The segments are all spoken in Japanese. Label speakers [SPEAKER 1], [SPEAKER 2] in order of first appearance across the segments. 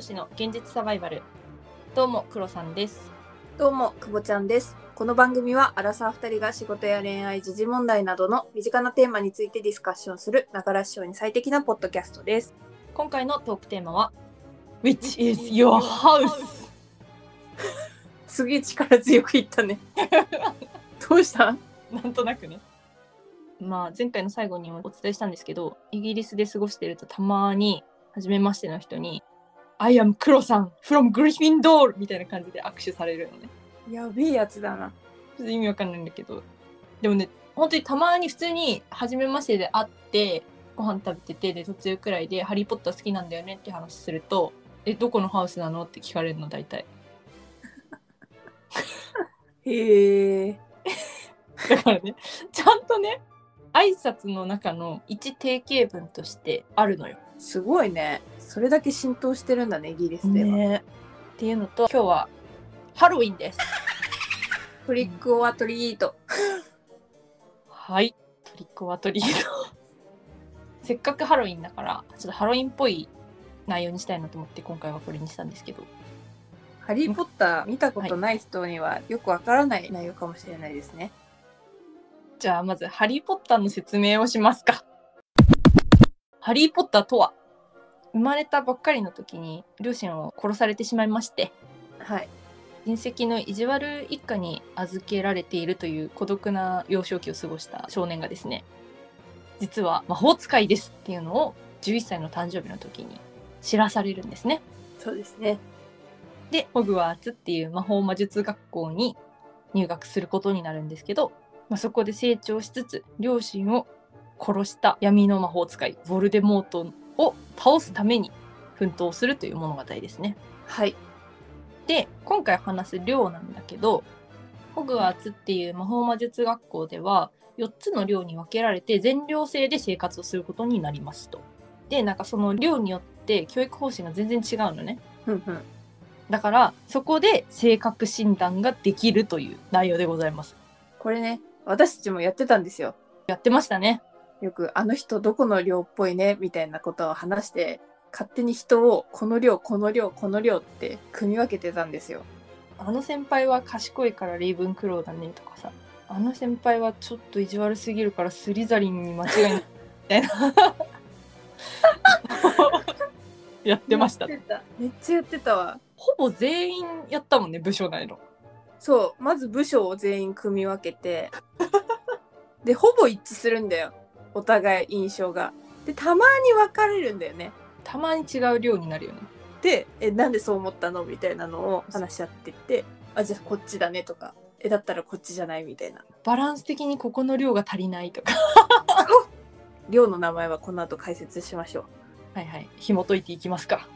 [SPEAKER 1] 士の現実サバイバルどうもクロさんです
[SPEAKER 2] どうも、くぼちゃんです。この番組は、アラサー2人が仕事や恋愛、時事問題などの身近なテーマについてディスカッションする、ながら視聴に最適なポッドキャストです。
[SPEAKER 1] 今回のトークテーマは Which is your house?
[SPEAKER 2] すげえ力強く言ったね。どうした
[SPEAKER 1] なんとなくねまあ前回の最後にもお伝えしたんですけどイギリスで過ごしてるとたまに初めましての人に I am クロさん from Gryffindor みたいな感じで握手されるのね
[SPEAKER 2] やべえやつだな。
[SPEAKER 1] ちょっと意味わかんないんだけどでもね本当にたまに普通に初めましてで会ってご飯食べててで途中くらいで「ハリー・ポッター好きなんだよね」って話すると「えどこのハウスなの?」って聞かれるの大体
[SPEAKER 2] へえ。
[SPEAKER 1] だからね ちゃんとね挨拶の中の一定型文としてあるのよ。
[SPEAKER 2] すごいね。それだけ浸透してるんだね、イギリスでは。
[SPEAKER 1] っていうのと今日はハロウィンです。
[SPEAKER 2] トリックオアトリート。
[SPEAKER 1] はいトリック・オア・トリート せっかくハロウィンだからちょっとハロウィンっぽい内容にしたいなと思って今回はこれにしたんですけど。
[SPEAKER 2] ハリー・ポッター見たことない人にはよくわからない内容かもしれないですね。
[SPEAKER 1] じゃあまず「ハリー・ポッター」の説明をしますか。ハリー・ポッターとは生まれたばっかりの時に両親を殺されてしまいまして
[SPEAKER 2] はい。
[SPEAKER 1] 親戚の意地悪一家に預けられているという孤独な幼少期を過ごした少年がですね実は魔法使いですっていうのを11歳の誕生日の時に知らされるんですね。
[SPEAKER 2] そうですね。
[SPEAKER 1] でホグワーツっていう魔法魔術学校に入学することになるんですけど、まあ、そこで成長しつつ両親を殺した闇の魔法使いヴォルデモートを倒すために奮闘するという物語ですね。
[SPEAKER 2] はい。
[SPEAKER 1] で今回話す寮なんだけどホグワーツっていう魔法魔術学校では4つの寮に分けられて全寮制で生活をすることになりますと。でなんかその寮によって教育方針が全然違うのね。
[SPEAKER 2] ふんふん。
[SPEAKER 1] だからそこで性格診断ができるという内容でございます。
[SPEAKER 2] これね、私たちもやってたんですよ。
[SPEAKER 1] やってましたね。
[SPEAKER 2] よく「あの人どこの寮っぽいね」みたいなことを話して勝手に人をこの寮この寮この寮って組み分けてたんですよ。
[SPEAKER 1] あの先輩は賢いからレイブンクローだねとかさ、あの先輩はちょっと意地悪すぎるからスリザリンに間違いないみたいな。 やってました。
[SPEAKER 2] やってめっちゃやってたわ。
[SPEAKER 1] ほぼ全員やったもんね、部署内の。
[SPEAKER 2] そうまず部署を全員組み分け てでほぼ一致するんだよお互い印象が。でたまに分かれるんだよね。
[SPEAKER 1] たまに違う量になるよね。
[SPEAKER 2] で「えなんでそう思ったの?」みたいなのを話し合ってって「あじゃあこっちだね」とか「えだったらこっちじゃない」みたいな。
[SPEAKER 1] バランス的にここの量が足りないとか。
[SPEAKER 2] 寮の名前はこの後解説しましょう。
[SPEAKER 1] はいはい、紐解いていきますか。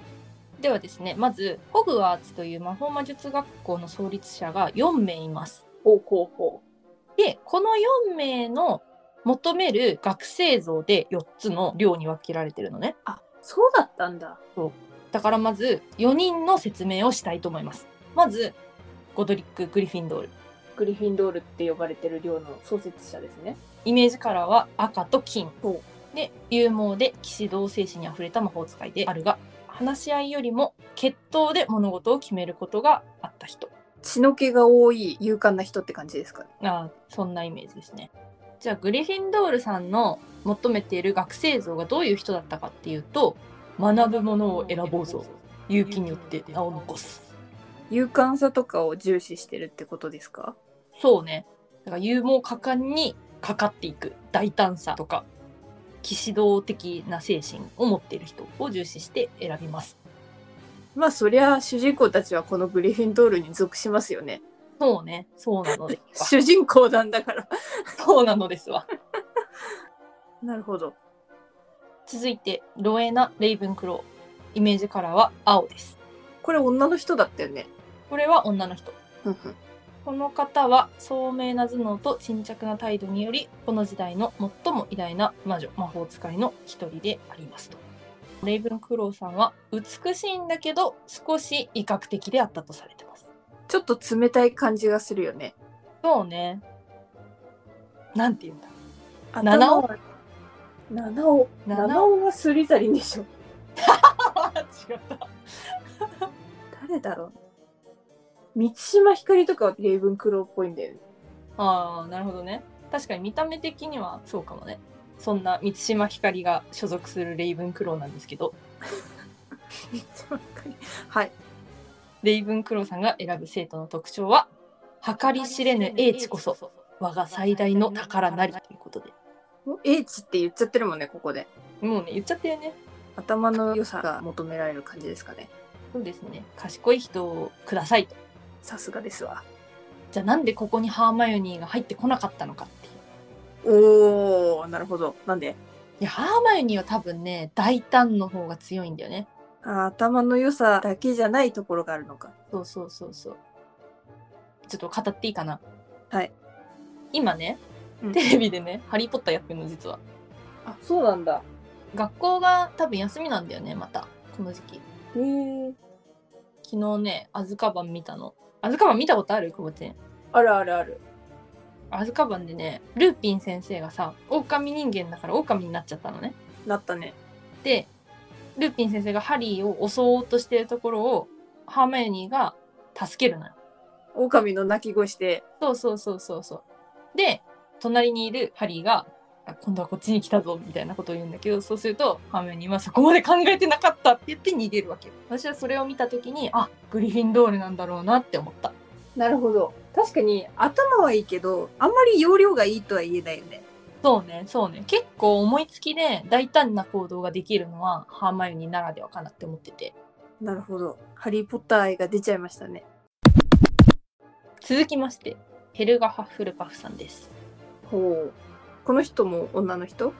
[SPEAKER 1] ではですね、まず、ホグワーツという魔法魔術学校の創立者が4名います。
[SPEAKER 2] ほうほうほ
[SPEAKER 1] で、この4名の求める学生像で4つの寮に分けられてるのね。
[SPEAKER 2] あそうだったんだ。
[SPEAKER 1] だからまず、4人の説明をしたいと思います。まず、ゴドリック・グリフィンドール。
[SPEAKER 2] グリフィンドールって呼ばれてる寮の創設者ですね。
[SPEAKER 1] イメージカラーは赤と金
[SPEAKER 2] ほ
[SPEAKER 1] で勇猛で騎士道精神にあふれた魔法使いであるが話し合いよりも決闘で物事を決めることがあった人
[SPEAKER 2] 血の気が多い勇敢な人って感じですかね。
[SPEAKER 1] あーそんなイメージですねじゃあグリフィンドールさんの求めている学生像がどういう人だったかっていうと学ぶものを選ぼうぞ勇気によって名を残す
[SPEAKER 2] 勇敢さとかを重視してるってことですか
[SPEAKER 1] そうねだから勇猛果敢にかかっていく大胆さとか騎士道的な精神を持っている人を重視して選びます
[SPEAKER 2] まあそりゃ主人公たちはこのグリフィンドールに属しますよね。
[SPEAKER 1] そうねそうなのですわ
[SPEAKER 2] 主人公なんだから。
[SPEAKER 1] そうなのですわ
[SPEAKER 2] なるほど。
[SPEAKER 1] 続いてロエナ・レイブンクローイメージカラーは青です
[SPEAKER 2] これ女の人だったよね。
[SPEAKER 1] これは女の人
[SPEAKER 2] ふんふん
[SPEAKER 1] この方は聡明な頭脳と沈着な態度によりこの時代の最も偉大な魔女魔法使いの一人でありますとレイブンクローさんは美しいんだけど少し威嚇的であったとされてます
[SPEAKER 2] ちょっと冷たい感じがするよね。
[SPEAKER 1] そうねなんて言うんだ
[SPEAKER 2] 頭は。七尾。
[SPEAKER 1] 七尾
[SPEAKER 2] 七尾はスリザリンでしょ。
[SPEAKER 1] 違った
[SPEAKER 2] 誰だろう満島ひかりとかはレイブンクローっぽいんだよね。
[SPEAKER 1] ああなるほどね確かに見た目的にはそうかもねそんな満島ひかりが所属するレイブンクローなんですけど
[SPEAKER 2] 満島ひかりはい。
[SPEAKER 1] レイブンクローさんが選ぶ生徒の特徴は計り知れぬ英知こそ我が最大の宝なりということで
[SPEAKER 2] もう英知って言っちゃってるもんね、ここで。
[SPEAKER 1] もうね言っちゃってるね
[SPEAKER 2] 頭の良さが求められる感じですかね。
[SPEAKER 1] そうですね賢い人をくださいと
[SPEAKER 2] さすがですわ。
[SPEAKER 1] じゃあなんでここにハーマイオニーが入ってこなかったのかっていう
[SPEAKER 2] おー、なるほど。なんで
[SPEAKER 1] いやハーマイオニーは多分ね大胆の方が強いんだよね
[SPEAKER 2] あー頭の良さだけじゃないところがあるのか。
[SPEAKER 1] そうそうそうそうちょっと語っていいかな
[SPEAKER 2] はい
[SPEAKER 1] 今ね
[SPEAKER 2] うん
[SPEAKER 1] テレビでね「ハリー・ポッター」やってるの実は
[SPEAKER 2] あ、そうなんだ。
[SPEAKER 1] 学校が多分休みなんだよねまたこの時期
[SPEAKER 2] へえ。
[SPEAKER 1] 昨日ねアズカバン見たのアズカバン見たことある久保ちん
[SPEAKER 2] あるあるある。
[SPEAKER 1] アズカバンでねルーピン先生がさ狼人間だから狼になっちゃったのね
[SPEAKER 2] なったね。
[SPEAKER 1] でルーピン先生がハリーを襲おうとしてるところをハーマイオニーが助けるのよ
[SPEAKER 2] 狼の鳴き声して、
[SPEAKER 1] そうそうそうそうそう。で隣にいるハリーがあ「今度はこっちに来たぞ」みたいなことを言うんだけどそうするとハーメンにはそこまで考えてなかったって言って逃げるわけよ私はそれを見た時にあグリフィンドールなんだろうなって思った
[SPEAKER 2] なるほど。確かに頭はいいけど、あんまり容量がいいとは言えないよね。
[SPEAKER 1] そうねそうね結構思いつきで大胆な行動ができるのはハーマイオニーならではかなって思ってて
[SPEAKER 2] なるほど。ハリー・ポッター愛が出ちゃいましたね。
[SPEAKER 1] 続きましてヘルガ・ハッフルパフさんです
[SPEAKER 2] ほう。この人も女の人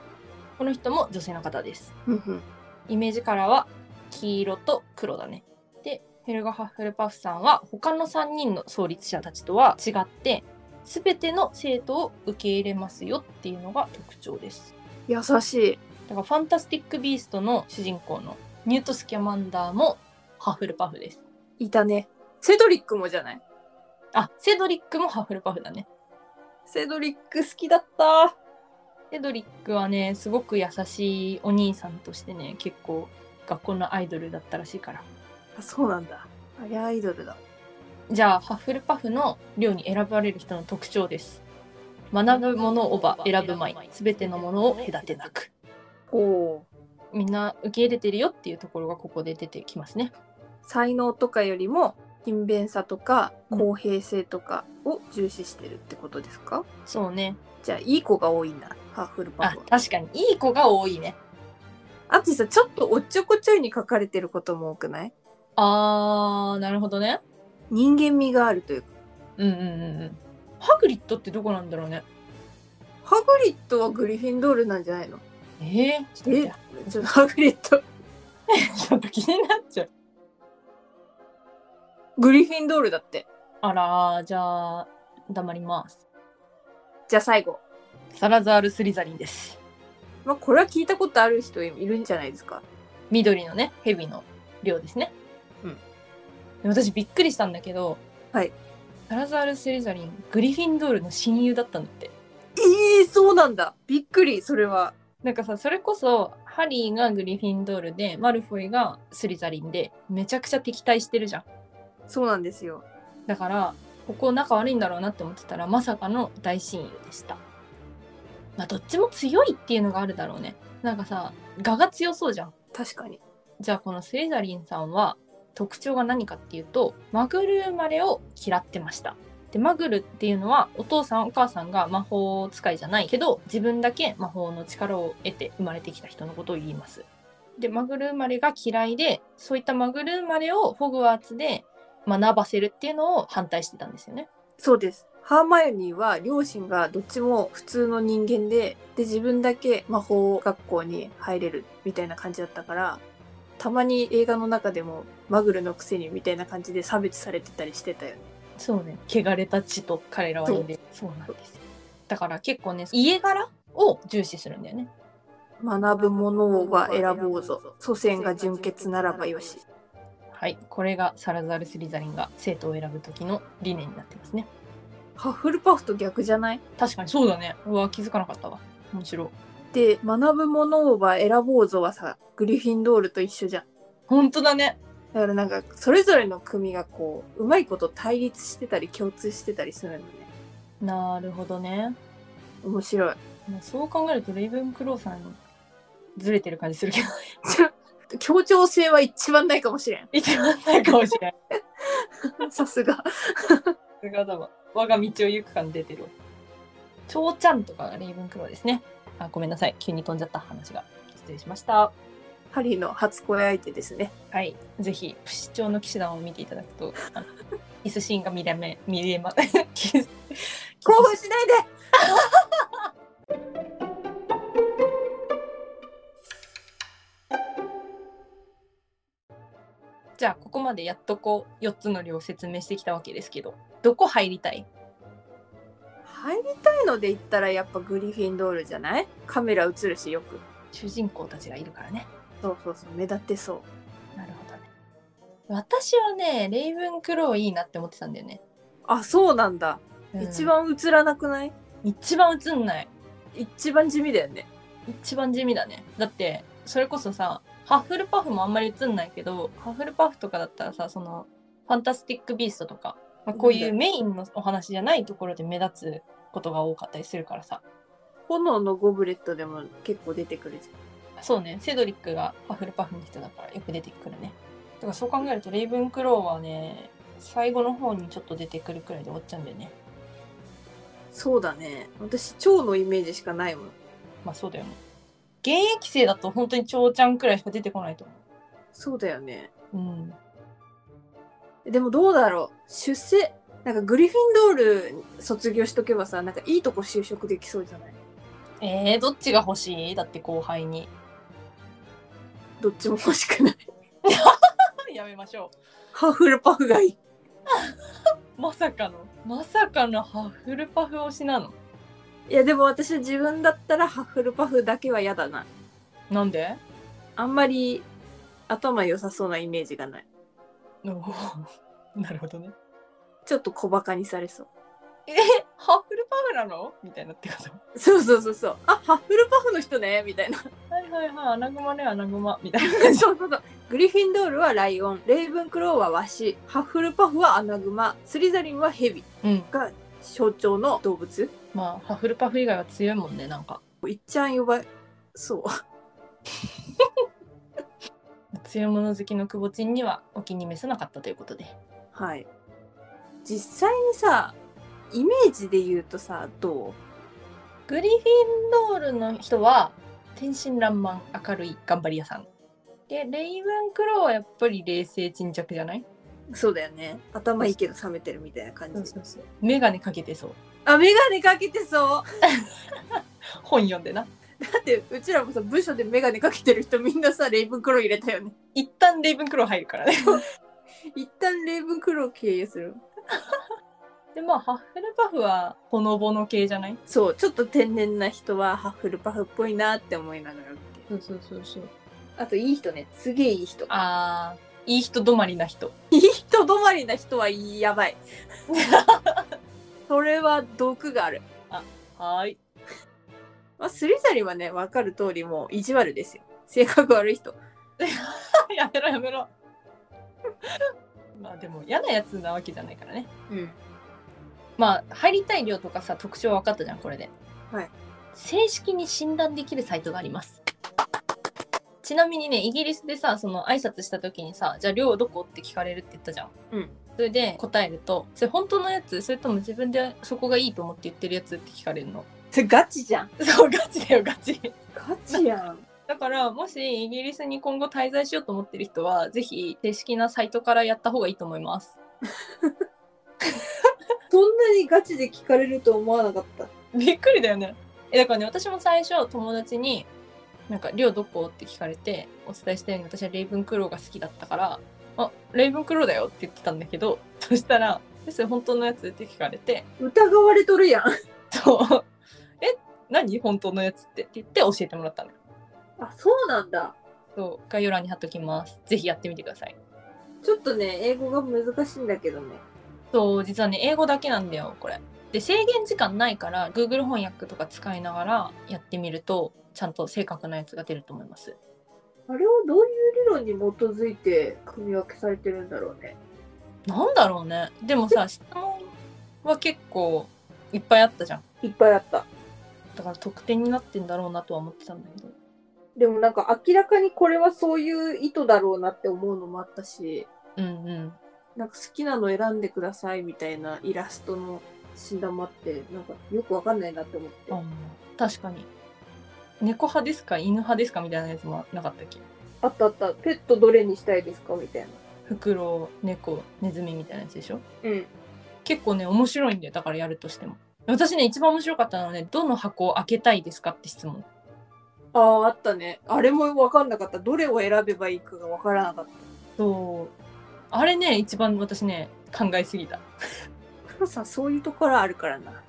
[SPEAKER 1] この人も女性の方です
[SPEAKER 2] うんうん。
[SPEAKER 1] イメージカラーは黄色と黒だね。でヘルガ・ハッフルパフさんは他の3人の創立者たちとは違って全ての生徒を受け入れますよっていうのが特徴です。
[SPEAKER 2] 優しい。
[SPEAKER 1] だからファンタスティック・ビーストの主人公のニュート・スキャマンダーもハッフルパフです。
[SPEAKER 2] いたね。セドリックもじゃない
[SPEAKER 1] あセドリックもハッフルパフだね。
[SPEAKER 2] セドリック好きだった。
[SPEAKER 1] セドリックはねすごく優しいお兄さんとしてね結構学校のアイドルだったらしいから。
[SPEAKER 2] あ、そうなんだ。あれアイドルだ。
[SPEAKER 1] じゃあハッフルパフの寮に選ばれる人の特徴です学ぶものをば選ぶまいすべてのものを隔てなく
[SPEAKER 2] ほう。
[SPEAKER 1] みんな受け入れてるよっていうところがここで出てきますね
[SPEAKER 2] 才能とかよりも、勤勉さとか
[SPEAKER 1] うん
[SPEAKER 2] 公平性とかを重視してるってことですか、
[SPEAKER 1] そうね
[SPEAKER 2] じゃあ、いい子が多いんだ。ハッフルパ
[SPEAKER 1] あ
[SPEAKER 2] フは。
[SPEAKER 1] 確かにいい子が多いね
[SPEAKER 2] あとさ、ちょっとおっちょこちょいに書かれてることも多くない
[SPEAKER 1] あーなるほどね
[SPEAKER 2] 人間味があるというか。
[SPEAKER 1] うんうんうんうんハグリッドってどこなんだろうね
[SPEAKER 2] ハグリッドはグリフィンドールなんじゃないの
[SPEAKER 1] えー、ちょっと待って
[SPEAKER 2] ちょっとハグリッド。
[SPEAKER 1] ちょっと気になっちゃう
[SPEAKER 2] グリフィンドールだって。
[SPEAKER 1] あらーじゃあ黙ります
[SPEAKER 2] じゃあ最後。
[SPEAKER 1] サラザール・スリザリンです
[SPEAKER 2] まあ、これは聞いたことある人いるんじゃないですか。
[SPEAKER 1] 緑のね蛇の量ですね
[SPEAKER 2] うん
[SPEAKER 1] で私びっくりしたんだけど
[SPEAKER 2] はい
[SPEAKER 1] サラザール・スリザリングリフィンドールの親友だったんだって
[SPEAKER 2] ええそうなんだ。びっくり、それは。
[SPEAKER 1] なんかさそれこそハリーがグリフィンドールでマルフォイがスリザリンでめちゃくちゃ敵対してるじゃん
[SPEAKER 2] そうなんですよ。
[SPEAKER 1] だからここ仲悪いんだろうなって思ってたらまさかの大親友でしたまあどっちも強いっていうのがあるだろうねなんかさ我が強そうじゃん
[SPEAKER 2] 確かに。
[SPEAKER 1] じゃあこのスレザリンさんは特徴が何かっていうとマグル生まれを嫌ってました。でマグルっていうのはお父さんお母さんが魔法使いじゃないけど自分だけ魔法の力を得て生まれてきた人のことを言います。でマグル生まれが嫌いでそういったマグル生まれをホグワーツで学ばせるっていうのを反対してたんですよね。
[SPEAKER 2] そうです。ハーマイオニーは両親がどっちも普通の人間で、で、自分だけ魔法学校に入れるみたいな感じだったから、たまに映画の中でもマグルのくせにみたいな感じで差別されてたりしてたよね。
[SPEAKER 1] そうね汚れた血と彼らは呼んでそうなんですよだから結構ね家柄を重視するんだよね。
[SPEAKER 2] 学ぶものは選ぼうぞ。祖先が純潔ならばよし。
[SPEAKER 1] はい、これがサラザール・スリザリンが生徒を選ぶ時の理念になってますね。
[SPEAKER 2] ハッフルパフと逆じゃない
[SPEAKER 1] 確かにそうだね。うわ、気づかなかったわ。面白い。
[SPEAKER 2] で、学ぶものは選ぼうぞはさ、グリフィンドールと一緒じゃん。
[SPEAKER 1] 本当だね。
[SPEAKER 2] だからなんか、それぞれの組がこう、うまいこと対立してたり共通してたりするのね。
[SPEAKER 1] なるほどね。
[SPEAKER 2] 面白い。
[SPEAKER 1] まあそう考えるとレイブンクローさんにずれてる感じするけど、
[SPEAKER 2] ちょ協調性は一番ないかもしれん。
[SPEAKER 1] 一番ないかもしれない。
[SPEAKER 2] さすが。
[SPEAKER 1] さすがだわ。我が道を行く感出てるわ。ちょうちゃんとかがレイブンクローですね。あ、ごめんなさい。急に飛んじゃった話が。失礼しました。
[SPEAKER 2] ハリーの初恋相手ですね。
[SPEAKER 1] はい。ぜひ、不死鳥の騎士団を見ていただくと、あの キスシーンが見れめ、見れま、 キス
[SPEAKER 2] 興奮しないで
[SPEAKER 1] じゃあここまでやっとこう4つの量を説明してきたわけですけどどこ入りたい
[SPEAKER 2] 入りたいので言ったらやっぱグリフィンドールじゃないカメラ映るしよく。
[SPEAKER 1] 主人公たちがいるからね
[SPEAKER 2] そうそうそう、目立ってそう。
[SPEAKER 1] なるほどね私はねレイブンクローいいなって思ってたんだよね、
[SPEAKER 2] あ、そうなんだ。
[SPEAKER 1] うん
[SPEAKER 2] 一番映らなくない
[SPEAKER 1] 一番映んない
[SPEAKER 2] 一番地味だよね。
[SPEAKER 1] 一番地味だねだってそれこそさハッフルパフもあんまり映んないけどハッフルパフとかだったらさそのファンタスティック・ビーストとか、まあ、こういうメインのお話じゃないところで目立つことが多かったりするからさ
[SPEAKER 2] 炎のゴブレットでも結構出てくるじ
[SPEAKER 1] そうね、セドリックがパフルパフの人だからよく出てくるね。だからそう考えると、レイブンクローはね、最後の方にちょっと出てくるくらいで終わっちゃうんだよね。
[SPEAKER 2] ゃん。そうだね。私、蝶のイメージしかないもん。
[SPEAKER 1] まあそうだよね。現役生だと本当に長ちゃんくらいしか出てこないと
[SPEAKER 2] そうだよね。
[SPEAKER 1] 思う。うん。
[SPEAKER 2] でもどうだろう。出世。なんかグリフィンドール卒業しとけばさ、なんかいいとこ就職できそうじゃない
[SPEAKER 1] えー、どっちが欲しいだって後輩に。
[SPEAKER 2] どっちも欲しくない。
[SPEAKER 1] やめましょ
[SPEAKER 2] ハッフルパフがいい。
[SPEAKER 1] う。まさかの、まさかのハッフルパフ推しなの。
[SPEAKER 2] いやでも私は自分だったらハッフルパフだけは嫌だな。
[SPEAKER 1] なんで
[SPEAKER 2] あんまり頭良さそうなイメージがない。
[SPEAKER 1] おー なるほどね。
[SPEAKER 2] ちょっと小バカにされそう。
[SPEAKER 1] ハッフルパフなのみたいなってこと。
[SPEAKER 2] そうそうそうそう。あ、ハッフルパフの人ね、みたいな。
[SPEAKER 1] はいはいはい、アナグマね、アナグマ。みたいな。
[SPEAKER 2] そうそうそう。グリフィンドールはライオン、レイブンクローはワシ、ハッフルパフはアナグマ、スリザリンはヘビ
[SPEAKER 1] うん。
[SPEAKER 2] が象徴の動物。
[SPEAKER 1] まあハッフルパフ以外は強いもんねなんか
[SPEAKER 2] いっちゃん呼ばそう。
[SPEAKER 1] 強いもの好きの久保ちんにはお気に召さなかったということで
[SPEAKER 2] はい。実際にさ、イメージで言うとさ、ど
[SPEAKER 1] グリフィンドールの人は天真爛漫明るい頑張り屋さんでレイブンクローはやっぱり冷静沈着じゃないう
[SPEAKER 2] そうだよね。頭いいけど冷めてるみたいな感じ。
[SPEAKER 1] うそう眼鏡かけてそう
[SPEAKER 2] あ、メガネかけてそう。
[SPEAKER 1] 本読んでな
[SPEAKER 2] だって、うちらもさ、部署でメガネかけてる人みんなさ、レイブンクロー入れたよね。
[SPEAKER 1] 一旦レイブンクロー入るからね
[SPEAKER 2] 一旦レイブンクロー経由する。
[SPEAKER 1] でまあハッフルパフはほのぼの系じゃない
[SPEAKER 2] そう、ちょっと天然な人はハッフルパフっぽいなって思いながら見て。
[SPEAKER 1] そうそうそうそう
[SPEAKER 2] あと、いい人ね。すげえいい人。
[SPEAKER 1] あーいい人止まりな人
[SPEAKER 2] いい人止まりな人はや ばい。それは毒がある。
[SPEAKER 1] はーい
[SPEAKER 2] まあ、スリザリはね、わかる通りもう意地悪ですよ。性格悪い人。
[SPEAKER 1] やめろやめろ。 まあでも嫌なやつなわけじゃないからね。
[SPEAKER 2] うん。
[SPEAKER 1] まあ入りたい量とかさ特徴分かったじゃんこれで。
[SPEAKER 2] はい。
[SPEAKER 1] 正式に診断できるサイトがあります。ちなみにねイギリスでさその挨拶した時にさじゃあ量どこって聞かれるって言ったじゃん。
[SPEAKER 2] うん。
[SPEAKER 1] それで答えるとそれ本当のやつそれとも自分でそこがいいと思って言ってるやつって聞かれるの。
[SPEAKER 2] それガチじゃん。
[SPEAKER 1] そうガチだよガチ。
[SPEAKER 2] ガチやん。
[SPEAKER 1] だからもしイギリスに今後滞在しようと思ってる人はぜひ正式なサイトからやった方がいいと思います。
[SPEAKER 2] そんなにガチで聞かれると思わなかった。
[SPEAKER 1] びっくりだよねえだからね私も最初友達に「なんか寮どこ?」って聞かれてお伝えしたように私はレイブンクローが好きだったから「あレイブンクローだよ」って言ってたんだけどそしたら「えそれ本当のやつ?」って聞かれて
[SPEAKER 2] 疑われとるやん。
[SPEAKER 1] 「そうえ何本当のやつって」って言って教えてもらったの
[SPEAKER 2] あ、そうなんだ。
[SPEAKER 1] そう概要欄に貼っときますぜひやってみてください
[SPEAKER 2] ちょっとね、英語が難しいんだけどね。
[SPEAKER 1] そう実はね英語だけなんだよこれで制限時間ないから Google 翻訳とか使いながらやってみるとちゃんと正確なやつが出ると思います
[SPEAKER 2] あれをどういう理論に基づいて組み分けされてるんだろうね。
[SPEAKER 1] なんだろうねでもさ質問は結構いっぱいあったじゃん
[SPEAKER 2] いっぱいあった。
[SPEAKER 1] だから得点になってんだろうなとは思ってたんだけど
[SPEAKER 2] でもなんか明らかにこれはそういう意図だろうなって思うのもあったし、
[SPEAKER 1] うんうん
[SPEAKER 2] なんか好きなの選んでくださいみたいなイラストの死んだまって、なんかよくわかんないなって思って。
[SPEAKER 1] あ確かに猫派ですか犬派ですかみたいなやつもなかったっけ
[SPEAKER 2] あったあった。ペットどれにしたいですかみたいな。
[SPEAKER 1] フクロウ猫ネズミみたいなやつでしょ
[SPEAKER 2] うん。
[SPEAKER 1] 結構ね面白いんだよだからやるとしても私ね一番面白かったのはねどの箱を開けたいですかって質問
[SPEAKER 2] ああ、あったね。あれもわかんなかった。どれを選べばいいかがわからなかっ
[SPEAKER 1] そうあれね一番私ね考えすぎた
[SPEAKER 2] た。黒さん、そういうところあるからな。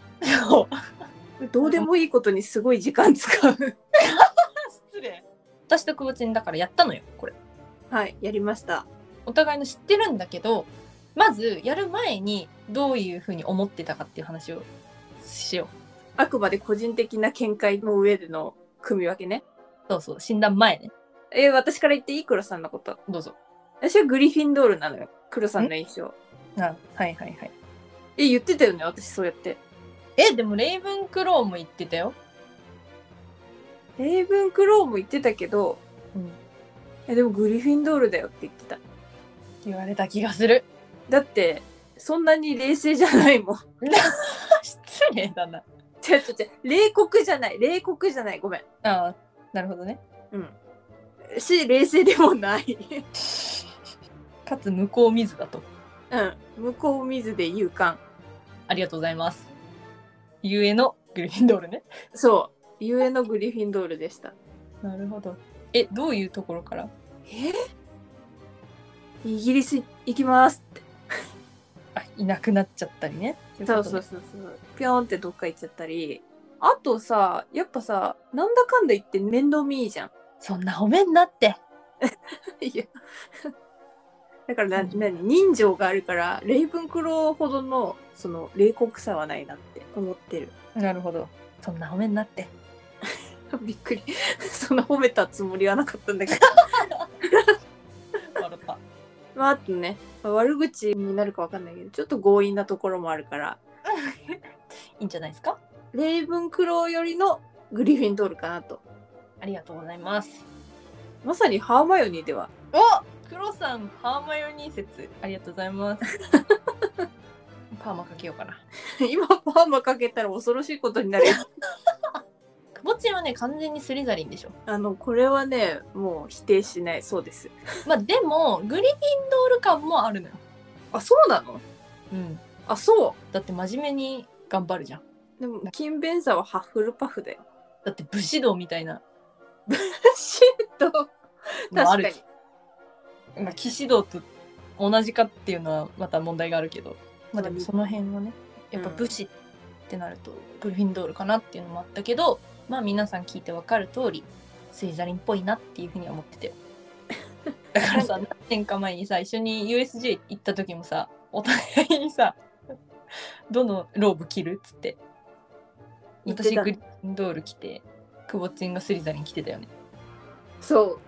[SPEAKER 1] そう
[SPEAKER 2] どうでもいいことにすごい時間使う。
[SPEAKER 1] 失礼私と久保ちんだからやったのよこれ
[SPEAKER 2] はい、やりました。
[SPEAKER 1] お互いの知ってるんだけどまずやる前にどういうふうに思ってたかっていう話をしよう
[SPEAKER 2] あくまで個人的な見解の上での組み分けね。
[SPEAKER 1] そうそう診断前ね
[SPEAKER 2] えー私から言っていい黒さんのこと。
[SPEAKER 1] どうぞ
[SPEAKER 2] 私はグリフィンドールなのよ。黒さんの印象。
[SPEAKER 1] あはいはいはい
[SPEAKER 2] え、言ってたよね、私そうやって。
[SPEAKER 1] えでもレイブンクローも言ってたよ、
[SPEAKER 2] レイブンクローも言ってたけど、
[SPEAKER 1] うん、って
[SPEAKER 2] え、でもグリフィンドールだよって言ってた。
[SPEAKER 1] 言われた気がする
[SPEAKER 2] だって、そんなに冷静じゃないも ん。
[SPEAKER 1] 失礼だな
[SPEAKER 2] 違う違う違う。冷酷じゃない。冷酷じゃない。ごめん。
[SPEAKER 1] ああなるほどね
[SPEAKER 2] うん。し、冷静でもない。
[SPEAKER 1] かつ向こう見ずだと
[SPEAKER 2] うん。向こう見ずで勇敢。
[SPEAKER 1] ありがとうございますゆえのグリフィンドールね
[SPEAKER 2] そう。ゆえのグリフィンドールでした。
[SPEAKER 1] なるほどえどういうところから
[SPEAKER 2] えイギリス行きますって。
[SPEAKER 1] あいなくなっちゃったりね
[SPEAKER 2] そうそう
[SPEAKER 1] そ
[SPEAKER 2] そうそう。ぴょんってどっか行っちゃったり。あとさ、やっぱさ、なんだかんだ言って面倒見いいじゃん。
[SPEAKER 1] そんな褒めんなって
[SPEAKER 2] いや。だからな、なに人情があるから、レイブンクローほどの、その、冷酷さはないなって思ってる。
[SPEAKER 1] なるほどそんな褒めんなって
[SPEAKER 2] びっくり。 そんな褒めたつもりはなかったんだけど。
[SPEAKER 1] 笑った
[SPEAKER 2] まあ、あとね、まあ悪口になるかわかんないけど、ちょっと強引なところもあるから、
[SPEAKER 1] いいんじゃないですか
[SPEAKER 2] レイブンクローよりのグリフィンドールかなと。
[SPEAKER 1] ありがとうございます
[SPEAKER 2] まさにハーマヨニーでは。
[SPEAKER 1] お黒さんハーマヨニー説ありがとうございます パーマかけようかな
[SPEAKER 2] 今パーマかけたら恐ろしいことになる よ。
[SPEAKER 1] くぼちんはね完全にスリザリンでしょ
[SPEAKER 2] あの、これはね、もう否定しない。そうです。
[SPEAKER 1] まあでもグリフィンドール感もあるのよ
[SPEAKER 2] あ、そうなの
[SPEAKER 1] うん
[SPEAKER 2] あ、そ
[SPEAKER 1] だって真面目に頑張るじゃん
[SPEAKER 2] う。でも、勤勉さはハッフルパフだよ。
[SPEAKER 1] だって武士道みたいな
[SPEAKER 2] シート。
[SPEAKER 1] の
[SPEAKER 2] 確
[SPEAKER 1] もあ
[SPEAKER 2] か
[SPEAKER 1] る
[SPEAKER 2] に
[SPEAKER 1] し。まあ、騎士道と同じかっていうのはまた問題があるけど、まあ、でもその辺はねやっぱ武士ってなるとグリフィンドールかなっていうのもあったけど、まあ皆さん聞いてわかる通りスイザリンっぽいなっていうふうには思って てだからさ何年か前にさ一緒に USJ 行った時もさお互いにさ「どのローブ着る?」っつって
[SPEAKER 2] 言って
[SPEAKER 1] 私
[SPEAKER 2] た
[SPEAKER 1] グリフィンドール着てくぼちんがスリザリン着てたよね
[SPEAKER 2] そう。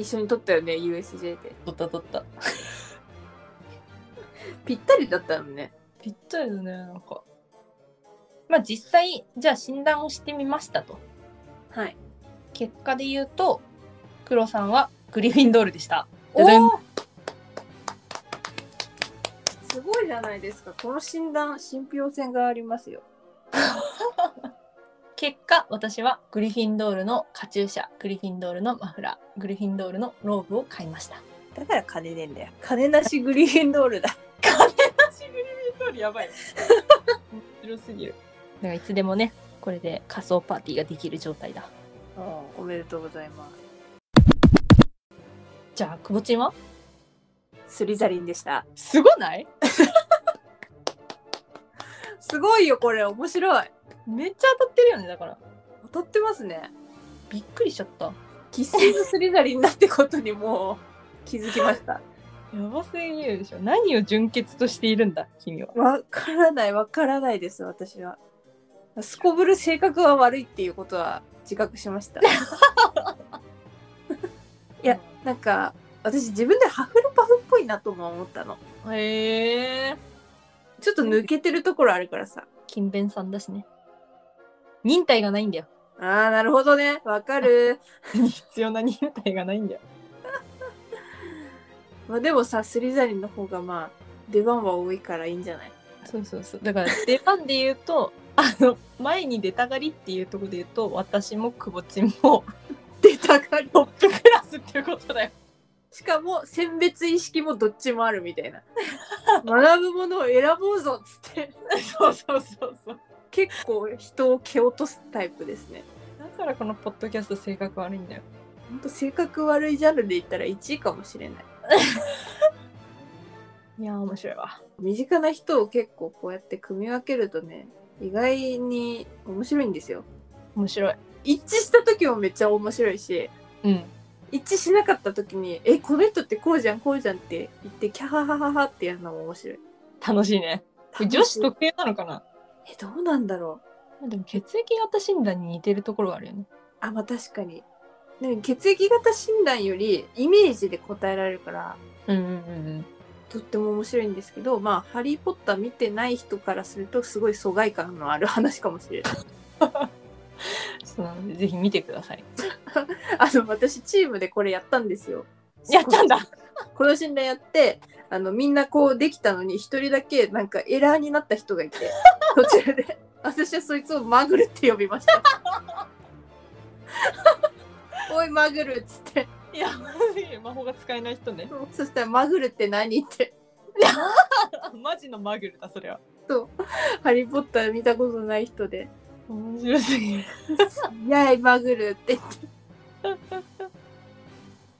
[SPEAKER 2] 一緒に撮ったよね、USJ で。
[SPEAKER 1] 取った取った
[SPEAKER 2] ぴったりだったのね。
[SPEAKER 1] ぴったりだねなんかまあ実際じゃあ診断をしてみましたと
[SPEAKER 2] はい。
[SPEAKER 1] 結果で言うと黒さんはグリフィンドールでしたじ
[SPEAKER 2] お
[SPEAKER 1] ゃじゃん
[SPEAKER 2] おすごいじゃないですか。この診断、信憑性がありますよ。
[SPEAKER 1] 結果私はグリフィンドールのカチューシャグリフィンドールのマフラーグリフィンドールのローブを買いました
[SPEAKER 2] だから金ねんだよ。金なしグリフィンドールだ。
[SPEAKER 1] グリフィンドールやばい面白すぎるだからいつでもねこれで仮想パーティーができる状態だ
[SPEAKER 2] おめで とうございま
[SPEAKER 1] じゃあくぼちんは
[SPEAKER 2] す。スリザリンでした。
[SPEAKER 1] すごない
[SPEAKER 2] すごいよ、これ。面白い。
[SPEAKER 1] めっちゃ当たってるよねだから
[SPEAKER 2] 当たってますね。
[SPEAKER 1] びっくりしちゃった
[SPEAKER 2] 生粋のスリザリンだってことにもう気づきました。
[SPEAKER 1] やばすぎるでしょ何を純潔としているんだ君は
[SPEAKER 2] わからない、わからないです、私は。すこぶる性格が悪いっていうことは自覚しました。いやなんか私自分でハフルパフっぽいなとも思ったの
[SPEAKER 1] へえ
[SPEAKER 2] ちょっと抜けてるところあるからさ
[SPEAKER 1] 勤勉さんだしね忍耐がないんだよ
[SPEAKER 2] あーなるほどねわかる
[SPEAKER 1] 必要な忍耐がないんだよ
[SPEAKER 2] まあでもさスリザリンの方がまあ出番は多いからいいんじゃない
[SPEAKER 1] そうそうそうだから出番で言うと あの前に出たがりっていうところで言うと私もくぼちん も
[SPEAKER 2] 出たがり
[SPEAKER 1] トップクラスっていうことだよ
[SPEAKER 2] しかも選別意識もどっちもあるみたいな学ぶものを選ぼうぞっつって
[SPEAKER 1] そうそうそうそう
[SPEAKER 2] 結構人を蹴落とすタイプですね
[SPEAKER 1] だからこのポッドキャスト性格悪いんだよ
[SPEAKER 2] ほんと性格悪いジャンルで言ったら1位かもしれない
[SPEAKER 1] いやー面白いわ
[SPEAKER 2] 身近な人を結構こうやって組み分けるとね意外に面白いんですよ
[SPEAKER 1] 面白い
[SPEAKER 2] 一致した時もめっちゃ面白いし
[SPEAKER 1] うん
[SPEAKER 2] 一致しなかった時に「えこの人ってこうじゃんこうじゃん」って言ってキャハハハハってやるのも面白い
[SPEAKER 1] 楽しいねこれ女子特有なのかな
[SPEAKER 2] えどうなんだろう
[SPEAKER 1] でも血液型診断に似てるところがあるよね
[SPEAKER 2] あまあ確かにでも血液型診断よりイメージで答えられるから
[SPEAKER 1] うんうんうん
[SPEAKER 2] とっても面白いんですけどまあ「ハリー・ポッター」見てない人からするとすごい疎外感のある話かもしれない
[SPEAKER 1] そうなのでぜひ見てください
[SPEAKER 2] あの私チームでこれやったんですよ
[SPEAKER 1] やったんだ
[SPEAKER 2] この診断やってあのみんなこうできたのに一人だけなんかエラーになった人が いて途中で私はそいつをマグルって呼びました おいマグルっつって
[SPEAKER 1] いや マジで魔法が使えない人ね
[SPEAKER 2] そしたらマグルって何って
[SPEAKER 1] マジのマグルだそれは
[SPEAKER 2] ハリー・ポッター見たことない人で
[SPEAKER 1] 面白すぎる
[SPEAKER 2] 「やいマグル」って言って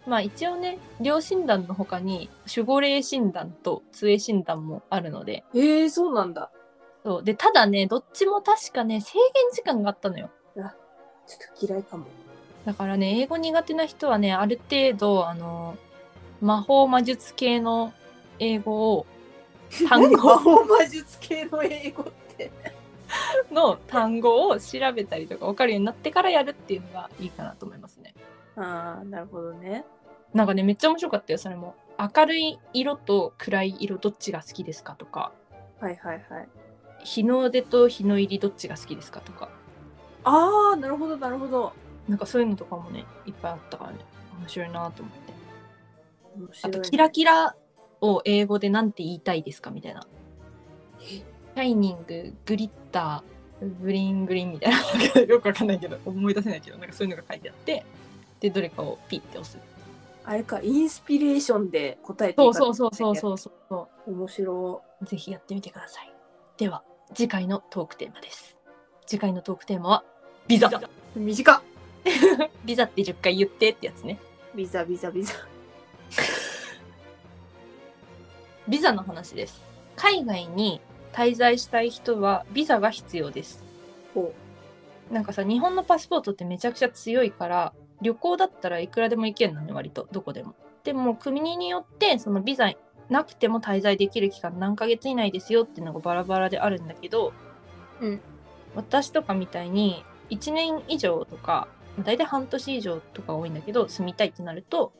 [SPEAKER 1] まあ一応ね両診断の他に守護霊診断と杖診断もあるので
[SPEAKER 2] えー、そうなんだ
[SPEAKER 1] そうでただねどっちも確かね制限時間があったのよ
[SPEAKER 2] ちょっと嫌いかも
[SPEAKER 1] だからね英語苦手な人はねある程度あの魔法魔術系の英語 を単語
[SPEAKER 2] 魔法魔術系の英語って
[SPEAKER 1] の単語を調べたりとか分かるようになってからやるっていうのがいいかなと思いますね。
[SPEAKER 2] ああなるほどね
[SPEAKER 1] なんかねめっちゃ面白かったよそれも。明るい色と暗い色どっちが好きですかとか
[SPEAKER 2] はいはいはい
[SPEAKER 1] 日の出と日の入りどっちが好きですかとか
[SPEAKER 2] ああなるほどなるほど
[SPEAKER 1] なんかそういうのとかもねいっぱいあったからね面白いなと思って。
[SPEAKER 2] 面
[SPEAKER 1] あ
[SPEAKER 2] 白いね
[SPEAKER 1] とキラキラを英語でなんて言いたいですかみたいな。シャイニンググリッターグリーングリーンみたいななん かよくわかんないけど思い出せないけどなんかそういうのが書いてあってでどれかをピッて押す。
[SPEAKER 2] あれかインスピレーションで答えて
[SPEAKER 1] そ
[SPEAKER 2] いうか
[SPEAKER 1] そうそうそうそうそうそう
[SPEAKER 2] 面白
[SPEAKER 1] う。ぜひやってみてください。では次回のトークテーマです。次回のトークテーマはビザ。
[SPEAKER 2] い短っ
[SPEAKER 1] ビザって10回言ってってやつね。
[SPEAKER 2] ビザビザビザ
[SPEAKER 1] ビザの話です。海外に滞在したい人はビザが必要です。
[SPEAKER 2] ほ
[SPEAKER 1] なんかさ日本のパスポートってめちゃくちゃ強いから旅行だったらいくらでも行けるのね割とどこでも。でも国によってそのビザなくても滞在できる期間何ヶ月以内ですよっていうのがバラバラであるんだけど、
[SPEAKER 2] うん
[SPEAKER 1] 私とかみたいに1年以上とか大体半年以上とか多いんだけど住みたいってなると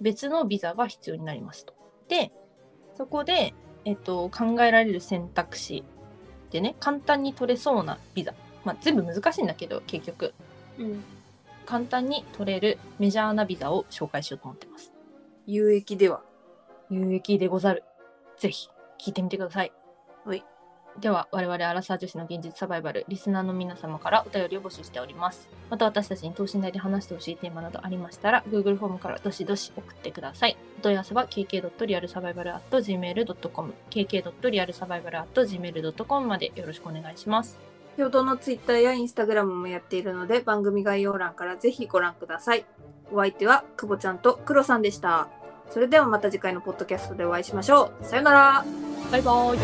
[SPEAKER 1] 別のビザが必要になりますと。でそこで、えっと、考えられる選択肢でね簡単に取れそうなビザ、まあ、全部難しいんだけど結局
[SPEAKER 2] う、うん、
[SPEAKER 1] 簡単に取れるメジャーなビザを紹介しようと思ってます。
[SPEAKER 2] 有益では
[SPEAKER 1] 有益でござる。ぜひ聞いてみてください。
[SPEAKER 2] はい。
[SPEAKER 1] では我々アラサー女子の現実サバイバルリスナーの皆様からお便りを募集しております。また私たちに等身大で話してほしいテーマなどありましたら Google フォームからどしどし送ってください。お問い合わせは kk.realsurvival.gmail.com kk.realsurvival.gmail.com までよろしくお願いします。
[SPEAKER 2] 共同のツイッターやインスタグラムもやっているので番組概要欄からぜひご覧くださいお相手はくぼちゃんとくろさんでしたそれではまた次回のポッドキャストでお会いしましょうさよなら
[SPEAKER 1] バイバイ。